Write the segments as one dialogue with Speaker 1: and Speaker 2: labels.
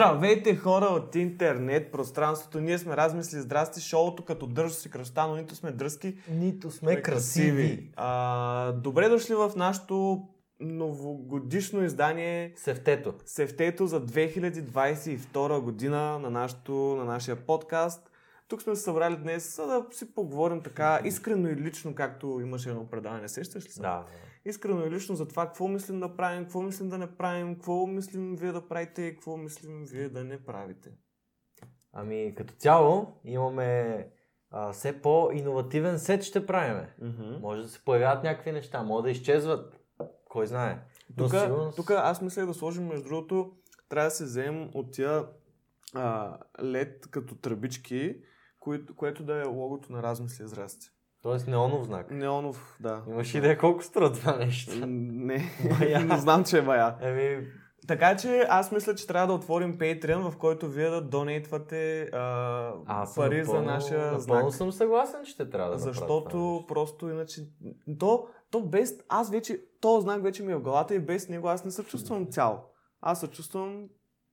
Speaker 1: Здравейте хора от интернет пространството. Ние сме размисли здрасти шоуто, като държа си кръста, но нито сме дръзки.
Speaker 2: Нито сме красиви.
Speaker 1: А, добре дошли в нашото новогодишно издание
Speaker 2: Севтето.
Speaker 1: Сефтето за 2022 година на, нашото, на нашия подкаст. Тук сме се събрали днес, за да си поговорим така искрено и лично, както имаше едно предаване. Сещаш ли се?
Speaker 2: Да.
Speaker 1: искрено и лично за това какво мислим да правим, какво мислим да не правим, какво мислим вие да правите и какво мислим вие да не правите.
Speaker 2: Ами като цяло имаме а, все по-инновативен сет ще правиме. Може да се появяват някакви неща, може да изчезват. Кой знае.
Speaker 1: Тук,
Speaker 2: сигурно с-
Speaker 1: тук аз мисля да сложим, между другото, трябва да се вземем от тия а, лед като тръбички, което, което да е логото на размисли и зрасти.
Speaker 2: Тоест неонов знак.
Speaker 1: Неонов, да.
Speaker 2: Имаш идея колко струва това
Speaker 1: М,
Speaker 2: нещо?
Speaker 1: Не,
Speaker 2: Бая.
Speaker 1: не знам, че е бая.
Speaker 2: Еми,
Speaker 1: Така че аз мисля, че трябва да отворим Patreon, в който вие да донейтвате а,
Speaker 2: аз съм
Speaker 1: пари
Speaker 2: напълно-
Speaker 1: за нашия знак.
Speaker 2: Напълно съм съгласен, че ще трябва да направя това
Speaker 1: Защото
Speaker 2: нещо.
Speaker 1: просто иначе... То, то без... Аз вече... То знак вече ми е в главата и без него аз не се чувствам цял. Аз се чувствам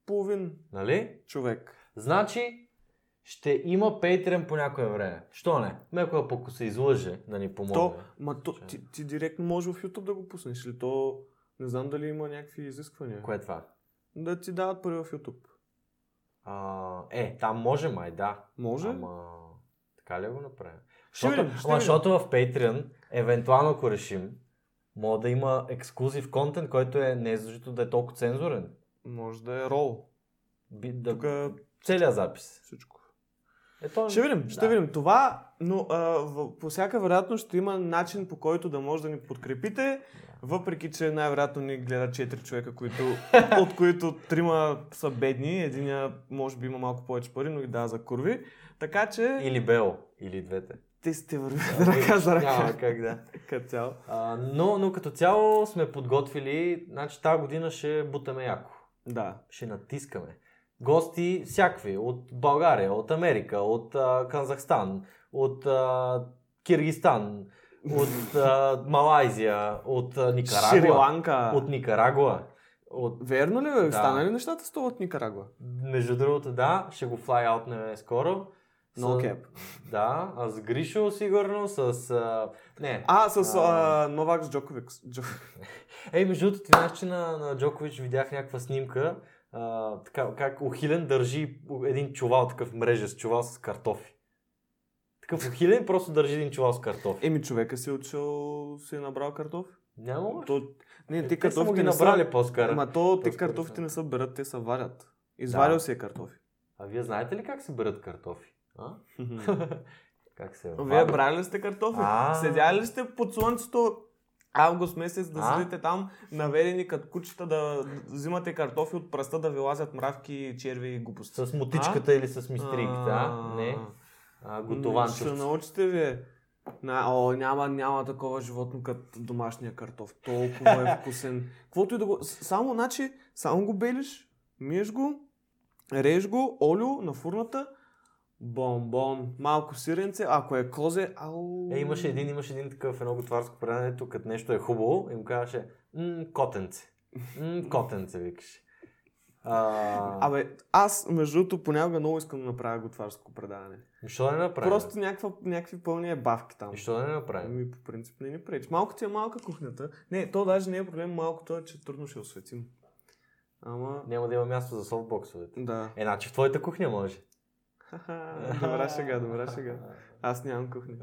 Speaker 1: половин
Speaker 2: Нали?
Speaker 1: човек.
Speaker 2: Значи, ще има Patreon по някое време. Що не? Някой пък се излъже да ни помогне.
Speaker 1: То, ма, то,
Speaker 2: Че-
Speaker 1: ти, ти директно може в YouTube да го пуснеш ли? То не знам дали има някакви изисквания.
Speaker 2: Кое е това?
Speaker 1: Да ти дават пари в YouTube.
Speaker 2: А, е, там може май, да.
Speaker 1: Може?
Speaker 2: Ама, така ли го направим?
Speaker 1: Ще
Speaker 2: Защото,
Speaker 1: видим, ще
Speaker 2: ама,
Speaker 1: видим.
Speaker 2: защото в Patreon, евентуално ако решим, може да има ексклюзив контент, който е не е защото да е толкова цензурен.
Speaker 1: Може да е рол.
Speaker 2: Би, да,
Speaker 1: Тук е
Speaker 2: Целият запис.
Speaker 1: всичко.
Speaker 2: Ето,
Speaker 1: Ще видим, ще
Speaker 2: да.
Speaker 1: видим това, но а, в, по всяка вероятност ще има начин по който да може да ни подкрепите, въпреки че най-вероятно ни гледат 4 човека, които, от които трима са бедни, единия може би има малко повече пари, но ги дава за курви. Така че
Speaker 2: Или Бел, или двете.
Speaker 1: те сте вървят ръка за ръка.
Speaker 2: Няма как да.
Speaker 1: Като цяло.
Speaker 2: А, но, но като цяло сме подготвили, значи тази година ще бутаме яко.
Speaker 1: Да.
Speaker 2: Ще натискаме. Гости всякакви, от България, от Америка, от а, Казахстан, от а, Киргизстан, от а, Малайзия, от а, Никарагуа,
Speaker 1: Шри-Ланка.
Speaker 2: от Никарагуа, от...
Speaker 1: Верно ли?
Speaker 2: Да.
Speaker 1: Да. Стана ли нещата с това от Никарагуа?
Speaker 2: Между другото, да, ще го флайаутнем скоро. С-
Speaker 1: No cap.
Speaker 2: Да, а с Гришо сигурно, с... А, не,
Speaker 1: А, с
Speaker 2: А.
Speaker 1: а, Новак с Джоковик. Джок...
Speaker 2: Ей, между другото, ти знаеш, че на, на Джокович видях някаква снимка, а, така, как Охилен държи един чувал, такъв мрежа с чувал с картофи. Такъв Охилен просто държи един чувал с картофи.
Speaker 1: Еми, човека си е отишъл, си е набрал картоф.
Speaker 2: Няма ли?
Speaker 1: То, не,
Speaker 2: Те
Speaker 1: Е, ти
Speaker 2: са му
Speaker 1: картофите
Speaker 2: ги
Speaker 1: не
Speaker 2: набрали
Speaker 1: са...
Speaker 2: по-скоро.
Speaker 1: Ма то,
Speaker 2: По-скоро
Speaker 1: те картофите
Speaker 2: са.
Speaker 1: не са берат, те са варят. Изварил
Speaker 2: Да.
Speaker 1: си е картофи.
Speaker 2: А вие знаете ли как се берат картофи? А? как се
Speaker 1: Вие
Speaker 2: варят?
Speaker 1: брали ли сте картофи?
Speaker 2: А.
Speaker 1: Седяли ли сте под слънцето август месец да
Speaker 2: А.
Speaker 1: седите там, наведени като кучета, да взимате картофи от пръста, да ви лазят мравки, черви и глупости?
Speaker 2: С мотичката или с мистрийката, а?
Speaker 1: А.
Speaker 2: Не. А,
Speaker 1: Ще се
Speaker 2: готованчевци.
Speaker 1: научите ви. е. На, о, няма, няма такова животно като домашния картоф. Толкова е вкусен. Каквото и да го... с- Само, значи, само го белиш, миеш го, реж го, олио на фурната, бомбон, малко сиренце, ако е козе, ау...
Speaker 2: Е, имаше един, имаше един такъв едно готварско предаване, дето като нещо е хубаво, им казваше м, котенце. М, котенце, викаше. А, Абе,
Speaker 1: Абе, аз, между другото, понякога много искам да направя готварско предаване.
Speaker 2: що да не направим?
Speaker 1: Просто някаква, някакви пълни е бавки там.
Speaker 2: И Що да не направим?
Speaker 1: Ми, Ами, по принцип не ни пречи. Малко ти е малка кухнята. Не, то даже не е проблем малкото, е, че трудно ще осветим. Ама...
Speaker 2: Няма да има място за софтбоксовете.
Speaker 1: Да.
Speaker 2: Е, значи в твоята кухня може.
Speaker 1: Ха-ха, добра шега, добра шега. Аз нямам кухня.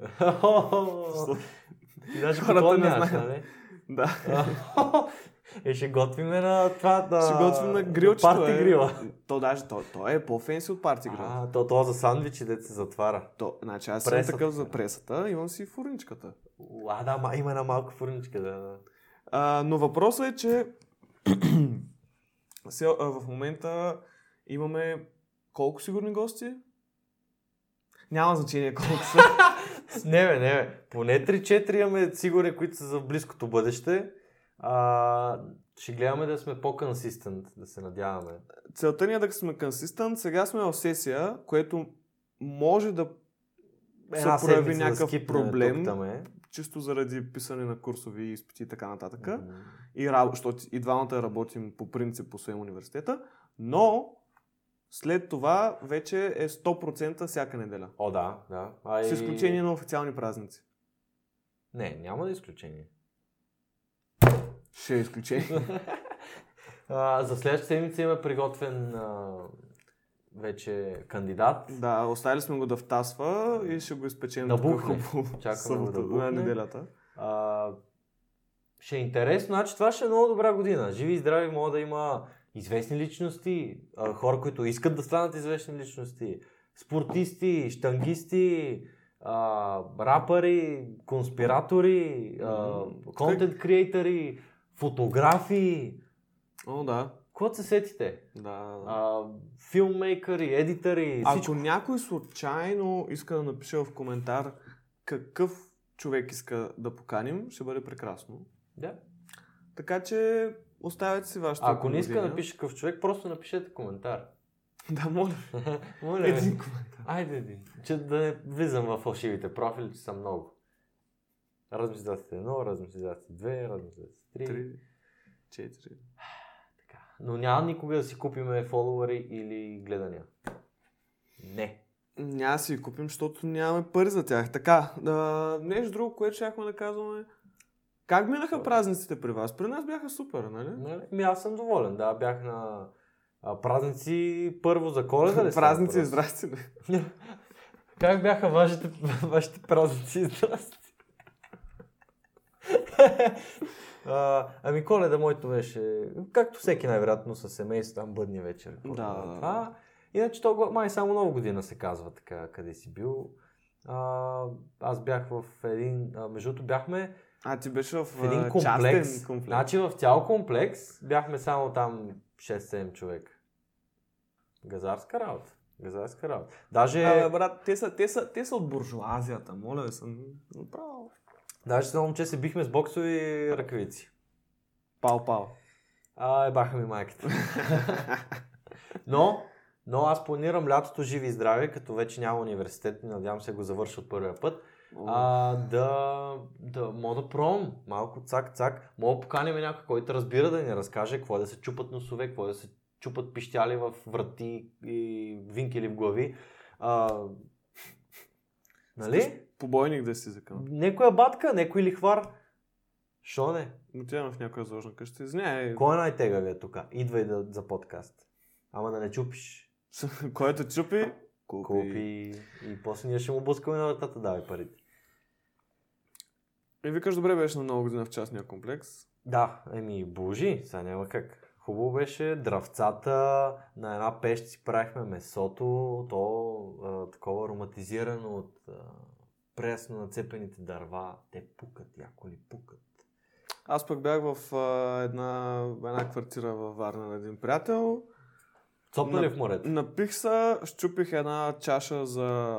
Speaker 2: Ти даже
Speaker 1: Хората
Speaker 2: хората
Speaker 1: не
Speaker 2: не знаят,
Speaker 1: знаят.
Speaker 2: нали?
Speaker 1: да.
Speaker 2: Е, ще готвиме на това, да...
Speaker 1: Ще готвим на грилчето,
Speaker 2: Парти
Speaker 1: е.
Speaker 2: грила.
Speaker 1: То даже, то, то е по-фенси от парти град.
Speaker 2: А, то, то за сандвичи, дете се затваря.
Speaker 1: То, значи аз съм
Speaker 2: Пресата.
Speaker 1: такъв за пресата, имам си и фурничката.
Speaker 2: А, да, ма- има една малка фурничка, да, да.
Speaker 1: А, но въпросът е, че се- а, в момента имаме колко сигурни гости? Няма значение колко са.
Speaker 2: Не, бе, не, бе. Поне 3-4 имаме сигурни, които са за близкото бъдеще. А, ще гледаме да сме по-консистент, да се надяваме.
Speaker 1: целта ни е да сме консистент. Сега сме в сесия, което може да
Speaker 2: Една
Speaker 1: се прояви
Speaker 2: седмица
Speaker 1: някакъв
Speaker 2: скипнем,
Speaker 1: проблем,
Speaker 2: тук-таме.
Speaker 1: чисто заради писане на курсови и изпити и така нататък.
Speaker 2: М.
Speaker 1: И, раб- защото и двамата работим по принцип по своим университета, но След това вече е 100% всяка неделя.
Speaker 2: О, да, да. А
Speaker 1: С
Speaker 2: и-
Speaker 1: изключение на официални празници.
Speaker 2: Не, няма да е изключение.
Speaker 1: Ще е изключение.
Speaker 2: А, за следващата седмица има приготвен а, вече кандидат.
Speaker 1: да, оставили сме го да втасва и ще го изпечем
Speaker 2: Да
Speaker 1: тук
Speaker 2: бухне.
Speaker 1: хубаво.
Speaker 2: Чакаме
Speaker 1: събота,
Speaker 2: да бухне.
Speaker 1: на неделята.
Speaker 2: А, ще е интересно, значи това ще е много добра година. Живи и здрави мога да има известни личности, а, хора, които искат да станат известни личности, спортисти, штангисти, а, рапъри, конспиратори, а,
Speaker 1: Мгм.
Speaker 2: контент креатори, фотографи.
Speaker 1: О, да.
Speaker 2: Какво се сетите?
Speaker 1: Да.
Speaker 2: А, филммейкъри, едитъри,
Speaker 1: Ако
Speaker 2: всичко.
Speaker 1: някой случайно иска да напише в коментар какъв човек иска да поканим, ще бъде прекрасно.
Speaker 2: Да.
Speaker 1: Така че оставяйте си вашето.
Speaker 2: Ако не иска да напише какъв човек, просто напишете коментар.
Speaker 1: Да, моля.
Speaker 2: Моля ви.
Speaker 1: Един коментар.
Speaker 2: Айде един. Че да не влизам в фалшивите профили, че са много. Размиздателите едно, размиздателите две, размиздателите три.
Speaker 1: Три, четири.
Speaker 2: Но няма никога да си купиме фолуари или гледания. Не.
Speaker 1: Няма да си ги купим, защото нямаме пари за тях. Така, да, нещо друго, което щяхме да казваме. Как минаха празниците при вас? При нас бяха супер, нали?
Speaker 2: Нали? Ми аз съм доволен. Да, бях на а, празници първо за коледа. ли стана
Speaker 1: Празници,
Speaker 2: първо?
Speaker 1: здрасти. бе.
Speaker 2: Как бяха вашите, вашите празници? Здрасти. а, ами коледа моето беше, както всеки най-вероятно с семейство, там бъдни вечер. какво
Speaker 1: Да,
Speaker 2: е
Speaker 1: да,
Speaker 2: Това. Иначе то го- май само нова година се казва така, къде си бил. А, аз бях в един, а, между другото бяхме
Speaker 1: А, ти беше в,
Speaker 2: в един
Speaker 1: а,
Speaker 2: комплекс.
Speaker 1: частен комплекс.
Speaker 2: Значи в цял комплекс бяхме само там 6-7 човека. Газарска работа. Газарска работа. Даже...
Speaker 1: Абе, брат, те са, те, са, те са от буржуазията, моля ви съм. Направо.
Speaker 2: Даже с едно момче се бихме с боксови ръкавици.
Speaker 1: Пал, пал.
Speaker 2: А, ебаха ми майката. но, но аз планирам лятото живи и здраве, като вече няма университет, надявам се го завърша от първия път, а, да, да мога да пробвам малко цак-цак. Мога да поканим някой, който разбира да ни разкаже какво е да се чупат носове, какво е да се чупат пищяли в врати и винкели в глави. А, нали?
Speaker 1: Побойник да си закъм.
Speaker 2: Некоя батка, некой лихвар. Шо не?
Speaker 1: Отиваме в някоя заложна къща. Извиняй,
Speaker 2: Кой е най-тегавият тук? Идва и да, за подкаст. Ама да не чупиш.
Speaker 1: който чупи, купи.
Speaker 2: Купи. И после ние ще му блъскаме на вратата, давай парите.
Speaker 1: И викаш, добре беше на нова година в частния комплекс.
Speaker 2: Да, еми, божи, сега няма как. Хубаво беше дравцата, на една пещ си правихме месото, то а, такова ароматизирано от а, пресно нацепените дърва. Те пукат, яко ли пукат.
Speaker 1: Аз пък бях в а, една, една квартира във Варна на един приятел.
Speaker 2: Цопна ли
Speaker 1: На-
Speaker 2: в морето?
Speaker 1: Напих се, щупих една чаша за,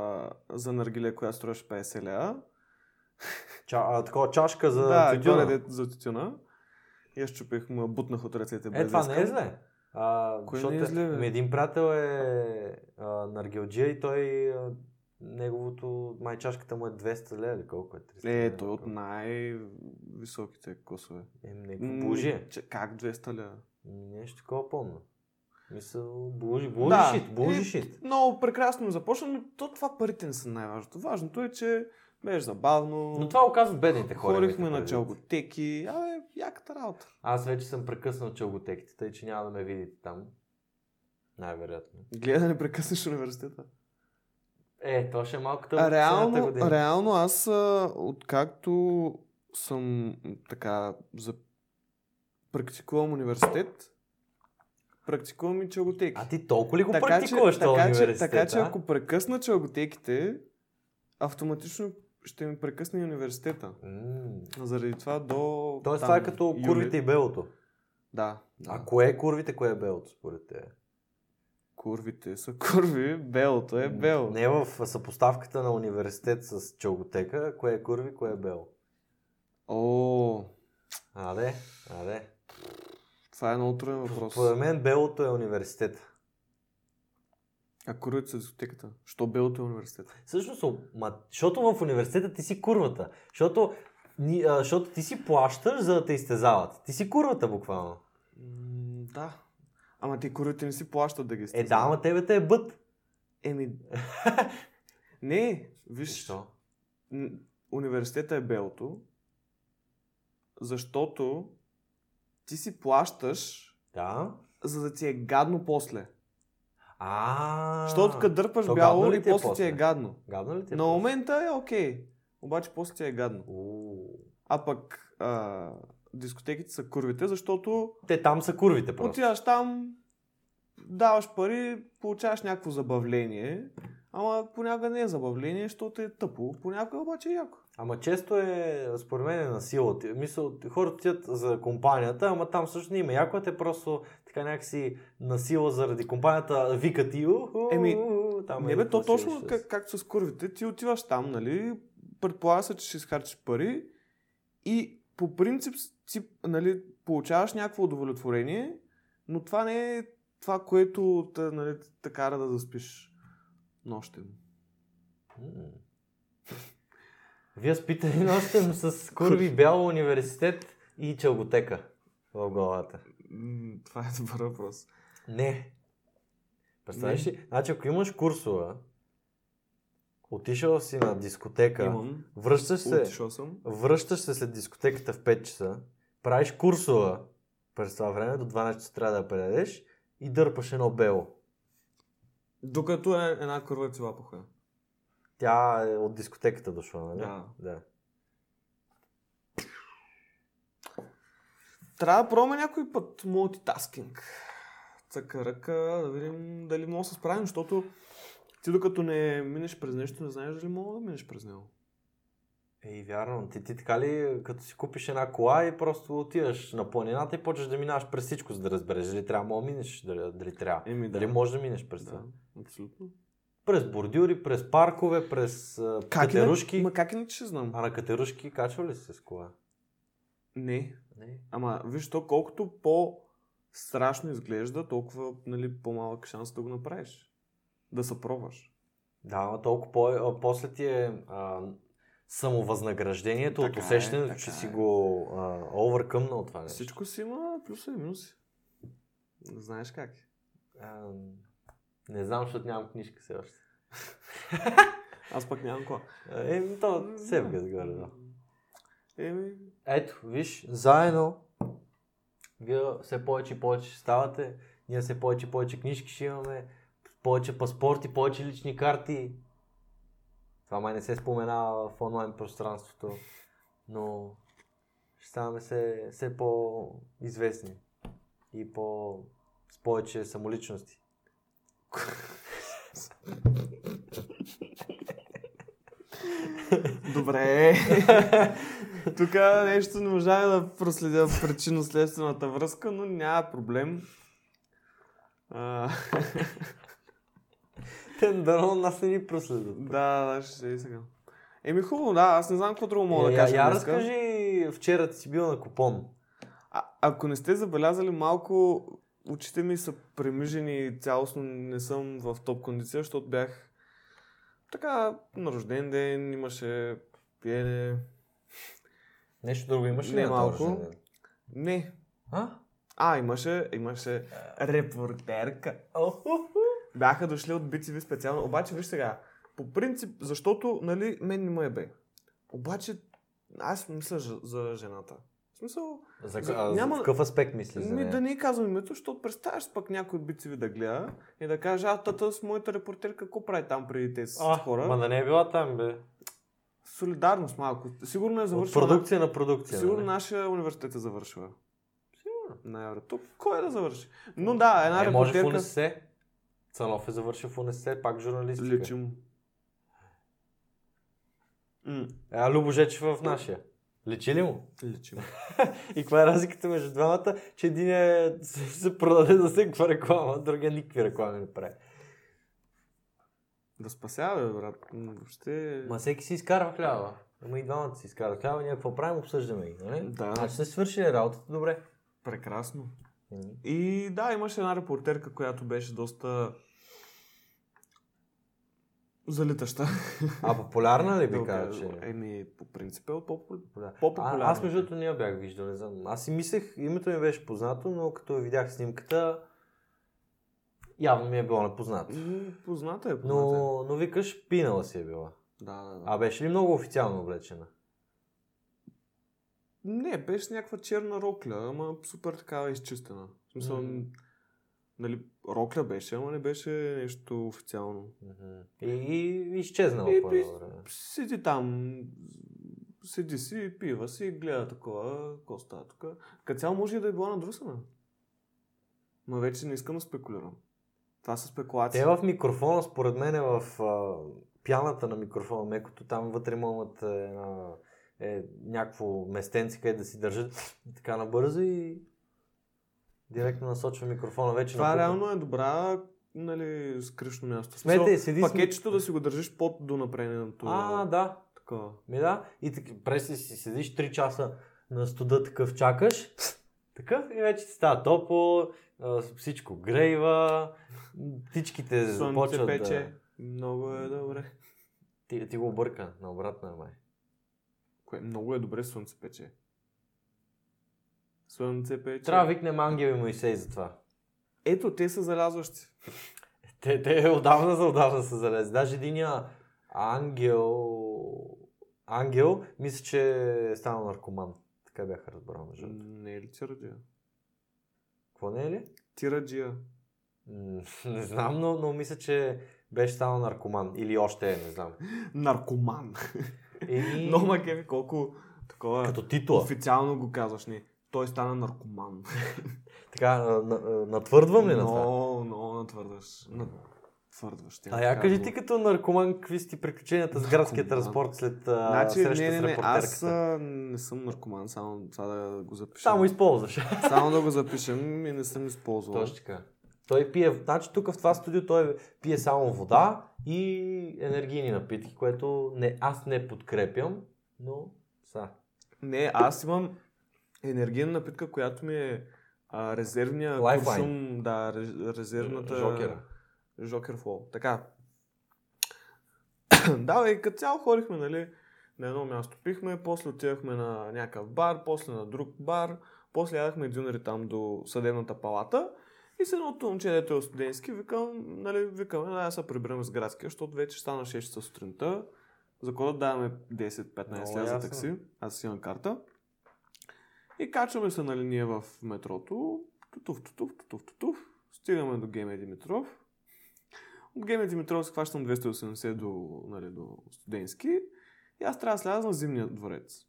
Speaker 1: за наргиле, която струваше 50 лея.
Speaker 2: Ча, а, такова чашка за
Speaker 1: да,
Speaker 2: тютюна.
Speaker 1: горе де- за тютюна. И я щупих, му я бутнах от ръцете без
Speaker 2: Е, това не е
Speaker 1: искам.
Speaker 2: зле. А,
Speaker 1: Кое
Speaker 2: защото
Speaker 1: не е зле, бе?
Speaker 2: ами един приятел е а, наргилджия и той а, неговото, май чашката му е 200 лева или колко е? 300
Speaker 1: Е, той е от най-високите класове.
Speaker 2: Е,
Speaker 1: М,
Speaker 2: някакво бужие.
Speaker 1: че- Как 200 лева?
Speaker 2: Нещо такова помня. Мисъл, бужи, бужи
Speaker 1: Да.
Speaker 2: шит, бужи
Speaker 1: Е,
Speaker 2: шит.
Speaker 1: Много прекрасно започна, но то това парите не са най-важното. Важното е, че беше забавно.
Speaker 2: Но това го казват бедните хора.
Speaker 1: Хорихме на
Speaker 2: имайте предвид.
Speaker 1: челготеки. Абе, яката работа.
Speaker 2: Аз вече съм прекъснал челготеките, тъй че няма да ме видите там. Най-вероятно.
Speaker 1: Гледа да не прекъснеш университета.
Speaker 2: Е, то ще е малко тъпо.
Speaker 1: А,
Speaker 2: последната
Speaker 1: реално,
Speaker 2: година.
Speaker 1: реално аз, а, откакто съм м, така, за... практикувам университет, практикувам и челготеки.
Speaker 2: А ти толкова ли го
Speaker 1: така, че,
Speaker 2: практикуваш този
Speaker 1: така, че,
Speaker 2: университет?
Speaker 1: така че
Speaker 2: а?
Speaker 1: ако прекъсна челготеките, автоматично ще ми прекъсне и университета.
Speaker 2: М.
Speaker 1: Заради това до...
Speaker 2: Тоест,
Speaker 1: там
Speaker 2: това е като
Speaker 1: юли.
Speaker 2: курвите и белото.
Speaker 1: Да. да.
Speaker 2: А кое е курвите, кое е белото, според те?
Speaker 1: Курвите са курви, белото е бело.
Speaker 2: Не в съпоставката на университет с челготека, кое е курви, кое е бело.
Speaker 1: О,
Speaker 2: Аде, аде.
Speaker 1: това е много труден въпрос.
Speaker 2: Според мен белото е университет.
Speaker 1: А курвите са дискотеката. Що белото е университет?
Speaker 2: Всъщност, ма, защото в университета ти си курвата. Защото, ни, а, защото ти си плащаш, за да те изтезават. Ти си курвата буквално.
Speaker 1: М, да. Ама ти корите не си плащат да ги
Speaker 2: Е,
Speaker 1: стиснат.
Speaker 2: да, ама тебе те е бът.
Speaker 1: Еми... не, виж,
Speaker 2: Защо?
Speaker 1: н- университета е белото, защото ти си плащаш,
Speaker 2: Да.
Speaker 1: за да ти е гадно после.
Speaker 2: А.
Speaker 1: Защото като дърпаш
Speaker 2: то гадно
Speaker 1: бяло
Speaker 2: ли
Speaker 1: и
Speaker 2: ти е
Speaker 1: после ти е
Speaker 2: после?
Speaker 1: гадно.
Speaker 2: Гадно ли ти е?
Speaker 1: На
Speaker 2: после?
Speaker 1: момента е окей, обаче после ти е гадно.
Speaker 2: У.
Speaker 1: А пък а, дискотеките са курвите, защото
Speaker 2: Те там са курвите просто.
Speaker 1: отиваш там, даваш пари, получаваш някакво забавление, ама понякога не е забавление, защото е тъпо, понякога обаче е яко.
Speaker 2: Ама често е, според мен, е на сила. Ти- Мисъл, хората отиват за компанията, ама там всъщност не има. Яко е те просто така някакси на сила заради компанията викат и уху,
Speaker 1: Еми,
Speaker 2: там
Speaker 1: не
Speaker 2: е
Speaker 1: бе, то
Speaker 2: какво си
Speaker 1: точно
Speaker 2: беше.
Speaker 1: как, както с курвите, ти отиваш там, нали, предполага се, че ще изхарчиш пари и по принцип с- ти, нали, получаваш някакво удовлетворение, но това не е това, което те, нали, те кара да заспиш нощем.
Speaker 2: М. Вие спите и нощем с курви бял университет и челготека в главата.
Speaker 1: М, Това е добър въпрос.
Speaker 2: Не. Представяш
Speaker 1: Не.
Speaker 2: ли? Значи, ако имаш курсове, отишъл си на дискотека,
Speaker 1: Имам.
Speaker 2: връщаш се,
Speaker 1: Отишъл съм.
Speaker 2: Връщаш се след дискотеката в 5 часа, правиш курсова през това време, до 12 часа трябва да я предадеш и дърпаш едно бело.
Speaker 1: Докато е една курва ти лапаха.
Speaker 2: Тя е от дискотеката дошла, нали?
Speaker 1: Да.
Speaker 2: да.
Speaker 1: Трябва да пробваме някой път мултитаскинг. Цъка ръка, да видим дали мога да се справим, защото ти докато не минеш през нещо, не знаеш дали мога да минеш през него.
Speaker 2: Ей, вярно. Ти, ти така ли, като си купиш една кола и просто отиваш на планината и почваш да минаваш през всичко, за да разбереш дали трябва да минеш, дали, дали трябва.
Speaker 1: Еми, да.
Speaker 2: Дали можеш Е, да минеш през това.
Speaker 1: Да, абсолютно.
Speaker 2: През бордюри, през паркове, през а,
Speaker 1: Как
Speaker 2: катерушки.
Speaker 1: Ма как иначе ще знам?
Speaker 2: е, А на катерушки качва ли си с кола?
Speaker 1: Не.
Speaker 2: Не.
Speaker 1: Ама виж то, колкото по страшно изглежда, толкова нали, по-малък шанс да го направиш. Да се пробваш.
Speaker 2: Да, ама толкова по- а, после ти е а, самовъзнаграждението от
Speaker 1: Така е,
Speaker 2: усещането,
Speaker 1: така
Speaker 2: че
Speaker 1: е.
Speaker 2: си го а, овъркъмнал това нещо.
Speaker 1: Всичко си има плюсове и минуси. Не знаеш как е.
Speaker 2: А, не знам, защото нямам книжка все още.
Speaker 1: Аз пък нямам кола.
Speaker 2: А, Е, то се вгъс горе, да.
Speaker 1: Еми,
Speaker 2: Ето, виж, заедно вие все повече и повече ще ставате, ние все повече и повече книжки ще имаме, повече паспорти, повече лични карти. Това май не се споменава в онлайн пространството, но ще ставаме все, все по-известни и по с повече самоличности.
Speaker 1: Добре. Тук нещо не можа да проследя причинно-следствената връзка, но няма проблем. А,
Speaker 2: Дано нас не ни проследят.
Speaker 1: да, да, ще и сега. Еми хубаво, да, аз не знам какво друго мога
Speaker 2: Е,
Speaker 1: да
Speaker 2: я,
Speaker 1: кажа.
Speaker 2: я
Speaker 1: днеска.
Speaker 2: разкажи, вчера ти си бил на купон.
Speaker 1: А, ако не сте забелязали малко, очите ми са премижени и цялостно не съм в топ кондиция, защото бях така на рожден ден, имаше пиене.
Speaker 2: Нещо друго имаш ли?
Speaker 1: Не
Speaker 2: на този
Speaker 1: малко.
Speaker 2: рожден ден?
Speaker 1: Не.
Speaker 2: А?
Speaker 1: А, имаше, имаше репортерка. бяха дошли от BTV специално. Обаче, виж сега, по принцип, защото, нали, мен не ме е бе. Обаче, аз мисля ж- за жената. В смисъл,
Speaker 2: За,
Speaker 1: За-
Speaker 2: а,
Speaker 1: няма-
Speaker 2: за какъв аспект мисли за
Speaker 1: ми,
Speaker 2: нея?
Speaker 1: да не й казвам името, защото представяш пък някой от BTV да гледа и да каже, а тата с моята репортерка, какво прави там преди тези
Speaker 2: а,
Speaker 1: хора?
Speaker 2: Ма да не е била там, бе.
Speaker 1: Солидарност малко. Сигурно е
Speaker 2: От
Speaker 1: завършила.
Speaker 2: продукция на продукция.
Speaker 1: Сигурно
Speaker 2: нали?
Speaker 1: нашия университет е завършила.
Speaker 2: Сигурно.
Speaker 1: На Евротоп. Кой е да завърши? Но да, една
Speaker 2: е, може в
Speaker 1: репортерка.
Speaker 2: УНСС. Цанов е завършил в УНСС, пак журналистика.
Speaker 1: Личим. М,
Speaker 2: А Любо Жечев е в нашия. Личи ли му?
Speaker 1: Личим.
Speaker 2: И каква е разликата между двамата? Че един е, се, се продаде за всякаква реклама, другия никакви реклами не прави.
Speaker 1: Да спасява, бе, брат. М, Въобще...
Speaker 2: Ма всеки си изкарва хляба. Ама и двамата си изкарват хляба, ние какво правим, обсъждаме ги, нали?
Speaker 1: Да.
Speaker 2: Значи сте свършили работата добре. Ами.
Speaker 1: Прекрасно. И да, имаше една репортерка, която беше доста залитаща.
Speaker 2: А популярна ли би
Speaker 1: Да
Speaker 2: казал,
Speaker 1: кажа.
Speaker 2: че? е?
Speaker 1: Еми, по принцип е от по-популярно.
Speaker 2: Да.
Speaker 1: По-популярните.
Speaker 2: А, аз между другото не я бях виждал, не знам. Аз си мислех, името ми беше познато, но като я видях снимката, Явно ми е било непознато.
Speaker 1: М, Позната е,
Speaker 2: Но,
Speaker 1: позната е.
Speaker 2: но викаш, пинала си е била.
Speaker 1: Да, да, да.
Speaker 2: А беше ли много официално облечена?
Speaker 1: Не, беше с някаква черна рокля, ама супер такава изчистена. В смисъл,
Speaker 2: М.
Speaker 1: нали, рокля беше, ама не беше нещо официално.
Speaker 2: Мгм. И, и изчезнала
Speaker 1: Е,
Speaker 2: по
Speaker 1: би-
Speaker 2: едно време.
Speaker 1: Седи там, седи си, пива си, гледа такова, какво става тук. Като цяло може и да е била надрусана. Ма вече не искам да спекулирам. Това са спекулации.
Speaker 2: Те в микрофона, според мен, е в а, пяната на микрофона, мекото, там вътре имат е, една, е, някакво местенце, къде да си държат така набързо и директно насочва микрофона вече
Speaker 1: Това
Speaker 2: на пука.
Speaker 1: реално е добра, нали, скришно място.
Speaker 2: Смете, седи си.
Speaker 1: пакетчето да си го държиш под до напрененото.
Speaker 2: А, да.
Speaker 1: такова.
Speaker 2: Ми да. И така, преси си седиш 3 часа на студа такъв чакаш. Такъв и вече ти става топло, а, всичко грейва, птичките
Speaker 1: Слънце
Speaker 2: започват
Speaker 1: пече.
Speaker 2: да...
Speaker 1: Много е добре.
Speaker 2: Ти, ти го обърка, наобратно е май.
Speaker 1: Кое? Много е добре слънце пече. Слънце пече.
Speaker 2: Трябва да викнем Ангел и Моисей за това.
Speaker 1: Ето, те са залязващи.
Speaker 2: Те, те отдавна за отдавна са залезли. Даже единия ангел... Ангел, мисля, че е станал наркоман. Така бях разбрал, между другото.
Speaker 1: Не е ли тираджия?
Speaker 2: Какво не е ли?
Speaker 1: Тираджия.
Speaker 2: М, Не знам, но, но мисля, че беше станал наркоман. Или още е, не знам.
Speaker 1: Наркоман.
Speaker 2: И...
Speaker 1: Много ме кефи колко такова е.
Speaker 2: Като титула.
Speaker 1: официално го казваш не. Той стана наркоман.
Speaker 2: Така, а, на- а, натвърдвам ли на това?
Speaker 1: Много, много натвърдваш. Натвърдваш. тя
Speaker 2: А
Speaker 1: така
Speaker 2: я кажи
Speaker 1: го-
Speaker 2: ти като наркоман, какви си ти приключенията с градския
Speaker 1: Наркоман.
Speaker 2: транспорт след а,
Speaker 1: Значи,
Speaker 2: среща
Speaker 1: не, не,
Speaker 2: с
Speaker 1: не,
Speaker 2: репортерката?
Speaker 1: аз а, не съм наркоман, само това да го запишем.
Speaker 2: Само използваш.
Speaker 1: Само да го запишем и не съм използвал.
Speaker 2: Точно така. Той пие, значи тук в това студио той пие само вода и енергийни напитки, което не, аз не подкрепям, но са.
Speaker 1: Не, аз имам енергийна напитка, която ми е а, резервния
Speaker 2: Lifeline.
Speaker 1: куршум, да, рез- резервната...
Speaker 2: Жокера.
Speaker 1: Жокер Фол. Така. да, и като цяло ходихме, нали, на едно място пихме, после отивахме на някакъв бар, после на друг бар, после ядахме дюнери там до съдебната палата. И с едното момче, дето е студентски, викам, нали, викаме, да, се прибираме с градския, защото вече стана 6 часа сутринта. За кода даваме 10-15
Speaker 2: Много
Speaker 1: лева за
Speaker 2: ясно.
Speaker 1: такси. Аз си имам карта. И качваме се на линия в метрото. Тутув, тутув, тутув, тутув. Стигаме до Геме Димитров. От Геме Димитров се хващам 280 до, нали, до студентски. И аз трябва да сляза на зимния дворец.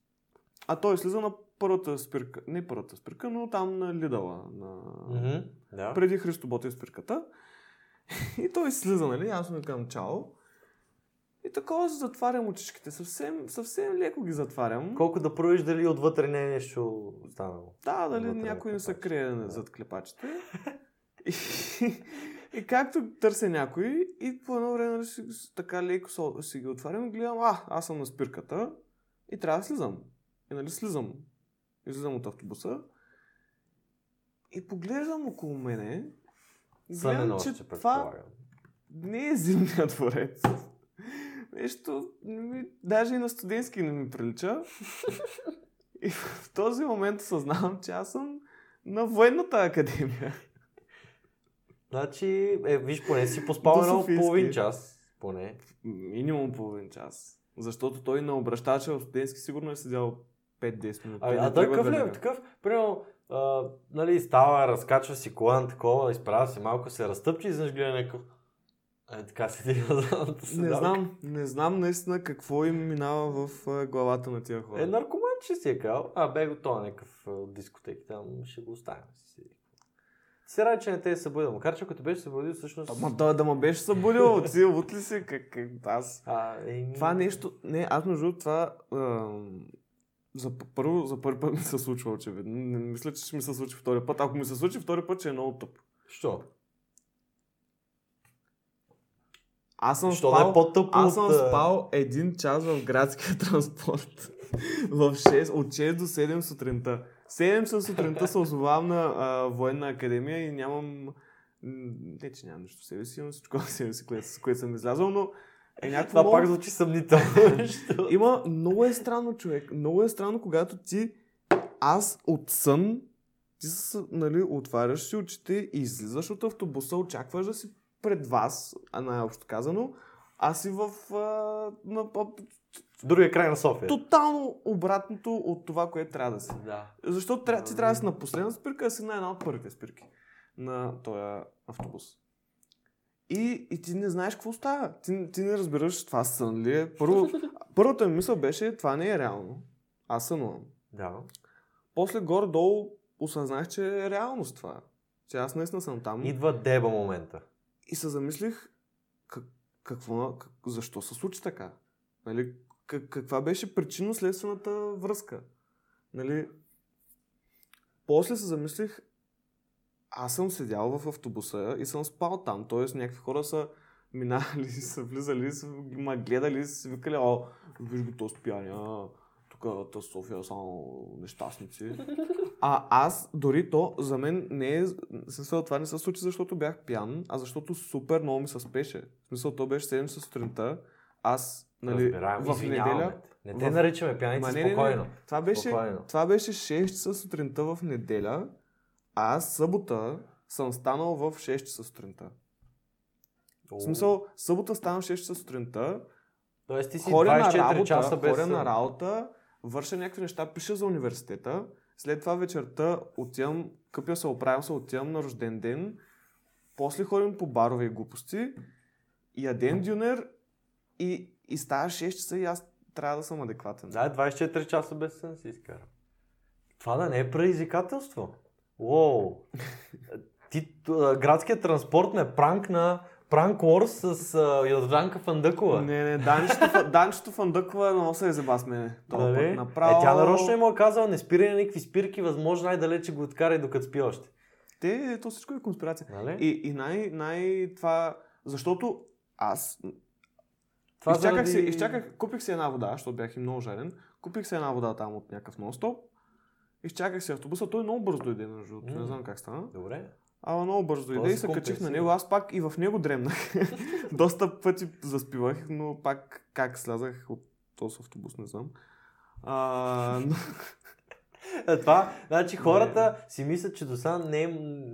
Speaker 1: А той слиза на първата спирка, не първата спирка, но там на Лидала, на...
Speaker 2: Мгм, Да.
Speaker 1: преди Христо Ботев спирката. И той слиза, нали? Аз му към чао. И такова си затварям очичките. Съвсем, съвсем леко ги затварям.
Speaker 2: Колко да провериш дали отвътре не е нещо останало.
Speaker 1: Да, дали
Speaker 2: Вътре на
Speaker 1: някой не се
Speaker 2: клепачите,
Speaker 1: крие
Speaker 2: да.
Speaker 1: зад клепачите. и, и както търся някой, и по едно време нали, си, с- така леко со- си ги отварям и гледам, а, аз съм на спирката и трябва да слизам. И нали слизам. Излизам от автобуса и поглеждам около мене.
Speaker 2: Съмено
Speaker 1: Гледам, че
Speaker 2: още
Speaker 1: това
Speaker 2: предполагам.
Speaker 1: не е зимния дворец. Нещо, не ми, даже и на студентски не ми прилича. И в този момент осъзнавам, че аз съм на военната академия.
Speaker 2: Значи, е, виж, поне си поспал
Speaker 1: До
Speaker 2: едно
Speaker 1: Софийски.
Speaker 2: половин час. Поне.
Speaker 1: Минимум половин час. Защото той на обращача в студентски сигурно е седял 5-10 минути.
Speaker 2: А,
Speaker 1: Не
Speaker 2: а той
Speaker 1: тръгва
Speaker 2: какъв ли е?
Speaker 1: веднага.
Speaker 2: Такъв, примерно, а, нали, става, разкачва си колан, такова, изправя се малко, се разтъпчи и изведнъж гледа някакъв. Е, така седи на задната
Speaker 1: Не
Speaker 2: седалка.
Speaker 1: знам, не знам наистина какво им минава в а, главата на тия хора.
Speaker 2: Е, наркоман, че си е крал. А, бе го този някакъв а, от дискотека, там ще го оставим. Си седи. Ти се радва, че не те е събудил. Макар, че ако те беше събудил, всъщност...
Speaker 1: Ама той да ме беше събудил, ти от ли си? Как, как, аз
Speaker 2: А, еми...
Speaker 1: Това нещо, не, аз между другото това ам, за, п- първо, за първи път ми се случва очевидно. Не мисля, че ще ми се случи втори път. Ако ми се случи втори път, ще е много тъп.
Speaker 2: Що?
Speaker 1: Аз съм
Speaker 2: Що да
Speaker 1: спал,
Speaker 2: е по-тъпо
Speaker 1: аз съм
Speaker 2: от... а,
Speaker 1: спал един час в градския транспорт. в 6, от 6 до 7 сутринта. 7 часа сутринта се озовавам на а, военна академия и нямам... м, Не, че нямам нищо в себе си, имам всичко в себе си, което, с което съм излязъл, но е някакво
Speaker 2: Това
Speaker 1: много-
Speaker 2: пак звучи съмнително. Що?
Speaker 1: Има, много е странно човек. Много е странно, когато ти аз от сън ти с, нали, отваряш си очите и излизаш от автобуса, очакваш да си пред вас, а най-общо казано, аз си в а, на, а,
Speaker 2: Другия край на София.
Speaker 1: тотално обратното от това, което трябва да си.
Speaker 2: Да.
Speaker 1: Защото тря, ти трябва да си на последна спирка, а си на една от първите спирки на този автобус. И, и ти не знаеш какво става. Ти, ти не разбираш това сън ли е. Първо, първата ми мисъл беше, това не е реално. Аз сънувам.
Speaker 2: Да.
Speaker 1: После горе-долу осъзнах, че е реалност това. Че аз наистина съм там. И,
Speaker 2: Идва деба момента.
Speaker 1: и се замислих, как, какво, как, защо се случи така? Нали, как, каква беше причинно-следствената връзка? Нали, после се замислих, аз съм седял в автобуса и съм спал там. Тоест някакви хора са минали, са влизали, са ма гледали, са викали, о, виж го то спяня, тук та София само нещастници. А аз дори то за мен не е, в смисъл това не се случи, защото бях пиян, а защото супер много ми се спеше. В смисъл то беше 7 часа сутринта, аз нали,
Speaker 2: Разбираем,
Speaker 1: в
Speaker 2: извиняваме
Speaker 1: неделя,
Speaker 2: те. Не те
Speaker 1: в-
Speaker 2: наричаме пияници,
Speaker 1: Ма, не, не, не.
Speaker 2: спокойно.
Speaker 1: това беше,
Speaker 2: Спокойно.
Speaker 1: това беше 6 часа сутринта в неделя, а аз събота съм станал в 6 часа сутринта.
Speaker 2: О,
Speaker 1: В смисъл, събота ставам в 6 часа сутринта,
Speaker 2: Тоест ти си
Speaker 1: ходя
Speaker 2: 24
Speaker 1: на работа,
Speaker 2: часа без
Speaker 1: ходя
Speaker 2: сън.
Speaker 1: на работа, върша някакви неща, пиша за университета, след това вечерта отивам, къпя се, оправям се, отивам на рожден ден, после ходим по барове и глупости, ядем дюнер и, и става 6 часа и аз трябва да съм адекватен.
Speaker 2: Да, 24 часа без сън си изкара. Това да не е предизвикателство. Уоу. Ти, а, градският транспорт не е пранк на пранк лор с а, Йорданка Фандъкова.
Speaker 1: Не, не, Данчето, Фа- Данчето Фандъкова много се изеба с мене. Този
Speaker 2: Нали?
Speaker 1: път направо.
Speaker 2: Е, тя нарочно е му е казала, не спирай на никакви спирки, възможно най-далече го откарай докато спи още.
Speaker 1: Те, то всичко е конспирация.
Speaker 2: Нали?
Speaker 1: И, и най, най това... Защото аз
Speaker 2: Това
Speaker 1: изчаках,
Speaker 2: заради-
Speaker 1: си, изчаках, купих си една вода, защото бях и много жарен. Купих си една вода там от някакъв нон-стоп. Изчаках си автобуса. Той много бързо дойде, между другото. Не
Speaker 2: М. е.
Speaker 1: знам как стана.
Speaker 2: Добре.
Speaker 1: Ама много бързо дойде
Speaker 2: Той
Speaker 1: и
Speaker 2: се
Speaker 1: се качих
Speaker 2: компенсира.
Speaker 1: на него. Аз пак и в него дремнах. Доста пъти заспивах, но пак как слязах от този автобус, не знам. А, но...
Speaker 2: Е, Това, значи хората си мислят, че до сега не, е-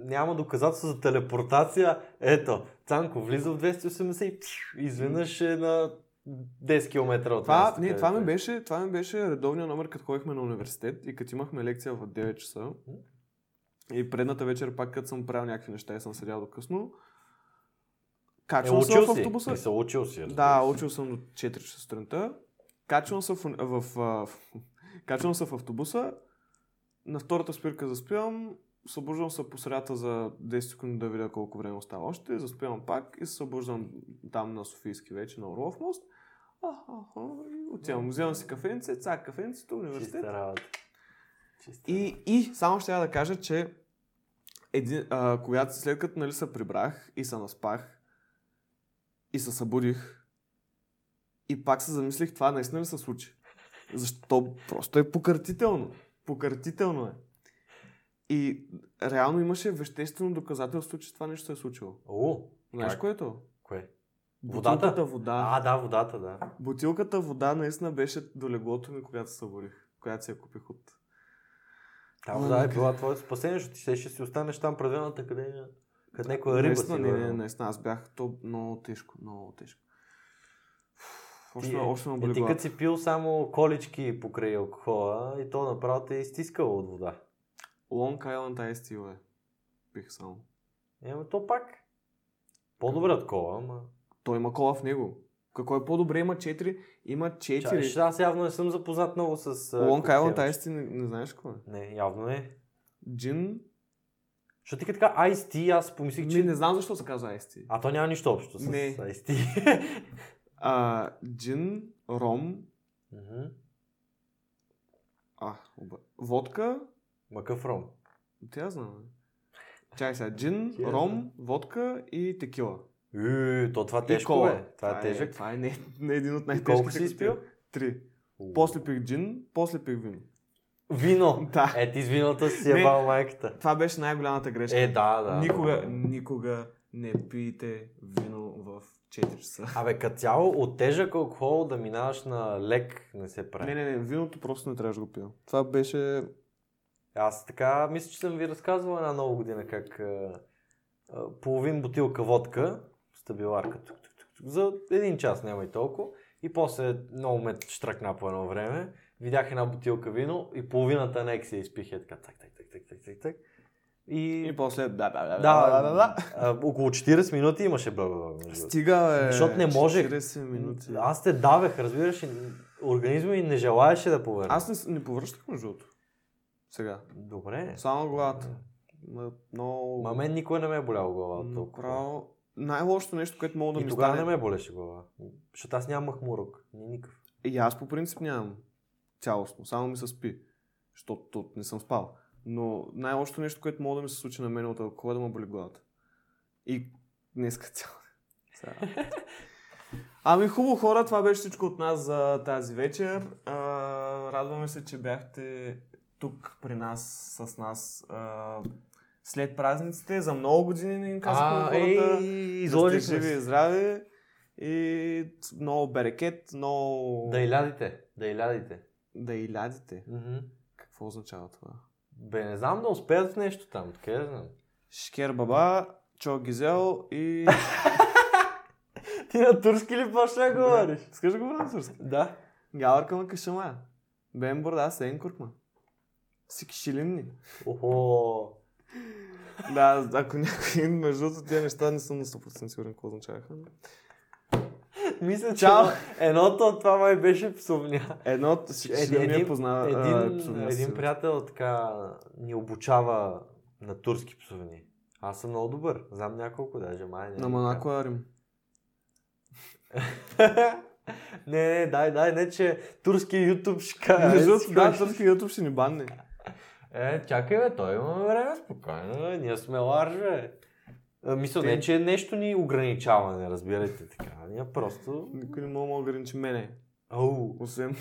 Speaker 2: няма доказателство за телепортация. Ето, Цанко влиза в 280 и пш, изведнъж е на 10 км от
Speaker 1: Това,
Speaker 2: мястото,
Speaker 1: не,
Speaker 2: където
Speaker 1: това,
Speaker 2: е.
Speaker 1: ми беше, това ми беше редовния номер, като ходихме на университет и като имахме лекция в 9 часа. И предната вечер пак, като съм правил някакви неща и съм седял до късно.
Speaker 2: Е,
Speaker 1: Качвам се
Speaker 2: учил
Speaker 1: в
Speaker 2: си.
Speaker 1: автобуса.
Speaker 2: Не се учил си. е разбира
Speaker 1: Да,
Speaker 2: се.
Speaker 1: учил съм до 4 часа сутринта. Качвам се в, уни- в, а, в, качвам се в автобуса. На втората спирка заспивам. Събуждам се по средата за 10 секунди да видя колко време остава още. Заспивам пак и се събуждам там на Софийски вече на Орлов мост. А-а-а, и отивам, вземам си кафенце, цак кафенцето, университет.
Speaker 2: Чиста работа. Чиста работа.
Speaker 1: И, и само ще я да кажа, че един, а, когато след като нали, се прибрах и се наспах и се събудих и пак се замислих това наистина ли се случи. Защо? Просто е покъртително. Покъртително е. И реално имаше веществено доказателство, че това нещо се е случило.
Speaker 2: О,
Speaker 1: Знаеш
Speaker 2: Как?
Speaker 1: което?
Speaker 2: кое? Водата?
Speaker 1: Бутилката вода.
Speaker 2: А, да, водата, да.
Speaker 1: Бутилката вода наистина беше до леглото ми, когато се събудих. Която си я купих от
Speaker 2: Та
Speaker 1: О,
Speaker 2: вода е
Speaker 1: къде?
Speaker 2: била твоето спасение, защото ти ще, ще си останеш там пред едната, къде, къде някоя риба си.
Speaker 1: Наистина, не, не,
Speaker 2: върнала.
Speaker 1: наистина, аз бях то много тежко, много тежко. Фу, Още,
Speaker 2: Ти-
Speaker 1: ме- още ме
Speaker 2: Е,
Speaker 1: боли
Speaker 2: ти като
Speaker 1: главата.
Speaker 2: си пил само колички покрай алкохола и то направо те е изтискало от вода.
Speaker 1: Long Island Ice Tea, бе. Пих само.
Speaker 2: Ема Е, то пак. По-добре от кола, ама...
Speaker 1: Той има кола в него. Какво е по-добре? Има 4. Има 4.
Speaker 2: Чай, ще- аз явно не съм запознат много с... а,
Speaker 1: Long
Speaker 2: коктейла.
Speaker 1: Island Ice Tea, не, не знаеш какво е?
Speaker 2: Не, явно не.
Speaker 1: Джин?
Speaker 2: Защото ти като така Ice Tea, аз помислих,
Speaker 1: Не,
Speaker 2: че...
Speaker 1: не знам защо се казва Ice Tea.
Speaker 2: А то няма нищо общо с
Speaker 1: Не.
Speaker 2: Ice Tea.
Speaker 1: А, джин, ром,
Speaker 2: Мгм.
Speaker 1: а, оба... водка,
Speaker 2: Макъв ром.
Speaker 1: тя я знам. бе. Чай сега, джин,
Speaker 2: Тя я
Speaker 1: ром,
Speaker 2: знам.
Speaker 1: водка и текила.
Speaker 2: Ю, то това
Speaker 1: И
Speaker 2: тежко
Speaker 1: кола.
Speaker 2: е. Това е тежък.
Speaker 1: Това е не, не един от
Speaker 2: И
Speaker 1: най-тежките.
Speaker 2: Колко си
Speaker 1: коктейли.
Speaker 2: изпил?
Speaker 1: Три.
Speaker 2: Уу.
Speaker 1: После пих джин, после пих вино.
Speaker 2: Вино.
Speaker 1: Да.
Speaker 2: Е, ти с виното си
Speaker 1: Не.
Speaker 2: е бал майката.
Speaker 1: Това беше най-голямата грешка.
Speaker 2: Е, да, да.
Speaker 1: Никога, никога не пийте вино в 4 часа.
Speaker 2: Абе, като цяло, от тежък алкохол да минаваш на лек не се прави.
Speaker 1: Не, не, не, виното просто не трябваше да го пия. Това беше...
Speaker 2: Аз така мисля, че съм ви разказвал една нова година как а, а, половин бутилка водка, стабиларка, тук, тук, тук, тук, за един час няма и толкова. И после много ме штракна по едно време. Видях една бутилка вино и половината анексия изпих и така так, так, так, так, так, так, так. И...
Speaker 1: И после... Да, да, да,
Speaker 2: Да, да, да, да. А, около 40 минути имаше бла
Speaker 1: Стига, е,
Speaker 2: Защото не можех.
Speaker 1: 40 минути. Аз,
Speaker 2: Аз те давех, разбираш, и организма ми не желаеше да повярва.
Speaker 1: не, с- не повръщах между другото. Сега.
Speaker 2: Добре.
Speaker 1: Само главата. Ма, Много...
Speaker 2: Ма мен никога не ме е боляла главата толкова.
Speaker 1: Направо... Най-лошото нещо, което мога да
Speaker 2: И
Speaker 1: ми
Speaker 2: тогава
Speaker 1: стане...
Speaker 2: не ме болеше глава. Защото аз нямах мурок. Ни никакъв.
Speaker 1: Е, И аз по принцип нямам цялостно, само ми се спи, защото тут не съм спал. Но най-лошото нещо, което мога да ми се случи на мен от алкохола е да ме боли главата. И днеска цяло. Сега. Ами хубаво хора, това беше всичко от нас за тази вечер. А, радваме се, че бяхте тук при нас, с нас а, след празниците. За много години не им казахме на хората. Да сте
Speaker 2: изложихме
Speaker 1: живи и
Speaker 2: се.
Speaker 1: здрави. И много берекет, много...
Speaker 2: Да илядите. Да илядите.
Speaker 1: Да и лядите.
Speaker 2: Мгм.
Speaker 1: Какво означава това?
Speaker 2: Бе, не знам да успеят в нещо там. Откъде да знам?
Speaker 1: Шкер баба, чо гизел и...
Speaker 2: Ти на турски ли почна да говориш?
Speaker 1: Скажи го на турски.
Speaker 2: Да.
Speaker 1: Галарка ма кашама. Бен борда сен куркма. Сики шилинни.
Speaker 2: Охо.
Speaker 1: Да, ако някой между другото тия неща не съм на 100% сигурен какво означаваха. но-
Speaker 2: Мисля, че
Speaker 1: Чао.
Speaker 2: едното от това май беше псовня.
Speaker 1: Едно сики
Speaker 2: Един-
Speaker 1: шилинни
Speaker 2: един-
Speaker 1: е познава. а,
Speaker 2: един,
Speaker 1: псовния си.
Speaker 2: един приятел така ни обучава на турски псовни. Аз съм много добър. Знам няколко даже. Май, не
Speaker 1: На
Speaker 2: е
Speaker 1: Монако е Рим.
Speaker 2: така. не, не, дай, дай, не, че турски Е, ютуб ще кажа.
Speaker 1: Между другото, да, турски YouTube ще ни банне.
Speaker 2: Е, чакай, бе, той имаме време, спокойно, бе, ние сме ларж, бе. А, Мисля, не, че нещо ни ограничава, не разбирайте така. Ние просто...
Speaker 1: Никой не мога да ограничи мене.
Speaker 2: Ау.
Speaker 1: Освен...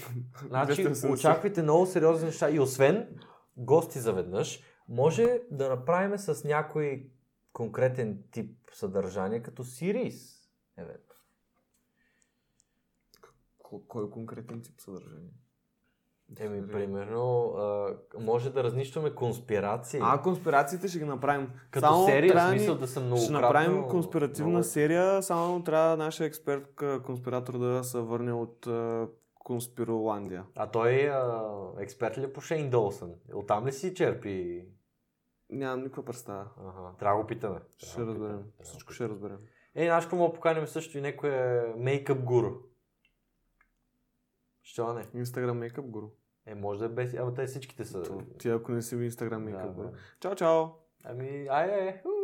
Speaker 2: Значи,
Speaker 1: 280.
Speaker 2: очаквайте много сериозни неща. И освен гости заведнъж, може да направим с някой конкретен тип съдържание, като сириз.
Speaker 1: Ко- Кой конкретен тип съдържание?
Speaker 2: Еми, примерно, а, може да разнищваме конспирации.
Speaker 1: А, конспирациите ще ги направим.
Speaker 2: Е. като серия, в
Speaker 1: трябва ни-
Speaker 2: смисъл да съм много
Speaker 1: Ще направим конспиративна серия, само трябва нашия експерт к- конспиратор да се върне от а, Конспироландия.
Speaker 2: А той а, експерт ли е по Шейн Долсън? Оттам ли си черпи?
Speaker 1: Нямам никаква представа.
Speaker 2: Ага, трябва да го питаме.
Speaker 1: Ще
Speaker 2: Трябва да го
Speaker 1: разберем.
Speaker 2: питаме, трябва да го
Speaker 1: Всичко
Speaker 2: питаме.
Speaker 1: ще разберем.
Speaker 2: Е, нашко му поканим също и някое мейкъп гуру. Що не?
Speaker 1: Инстаграм мейкъп гуру.
Speaker 2: Е, може да е без... Абе, те всичките са...
Speaker 1: Ти ако не си в Инстаграм
Speaker 2: Да,
Speaker 1: мейкъп
Speaker 2: бе.
Speaker 1: гуру. Чао, чао!
Speaker 2: Ами, ай, ай, ай.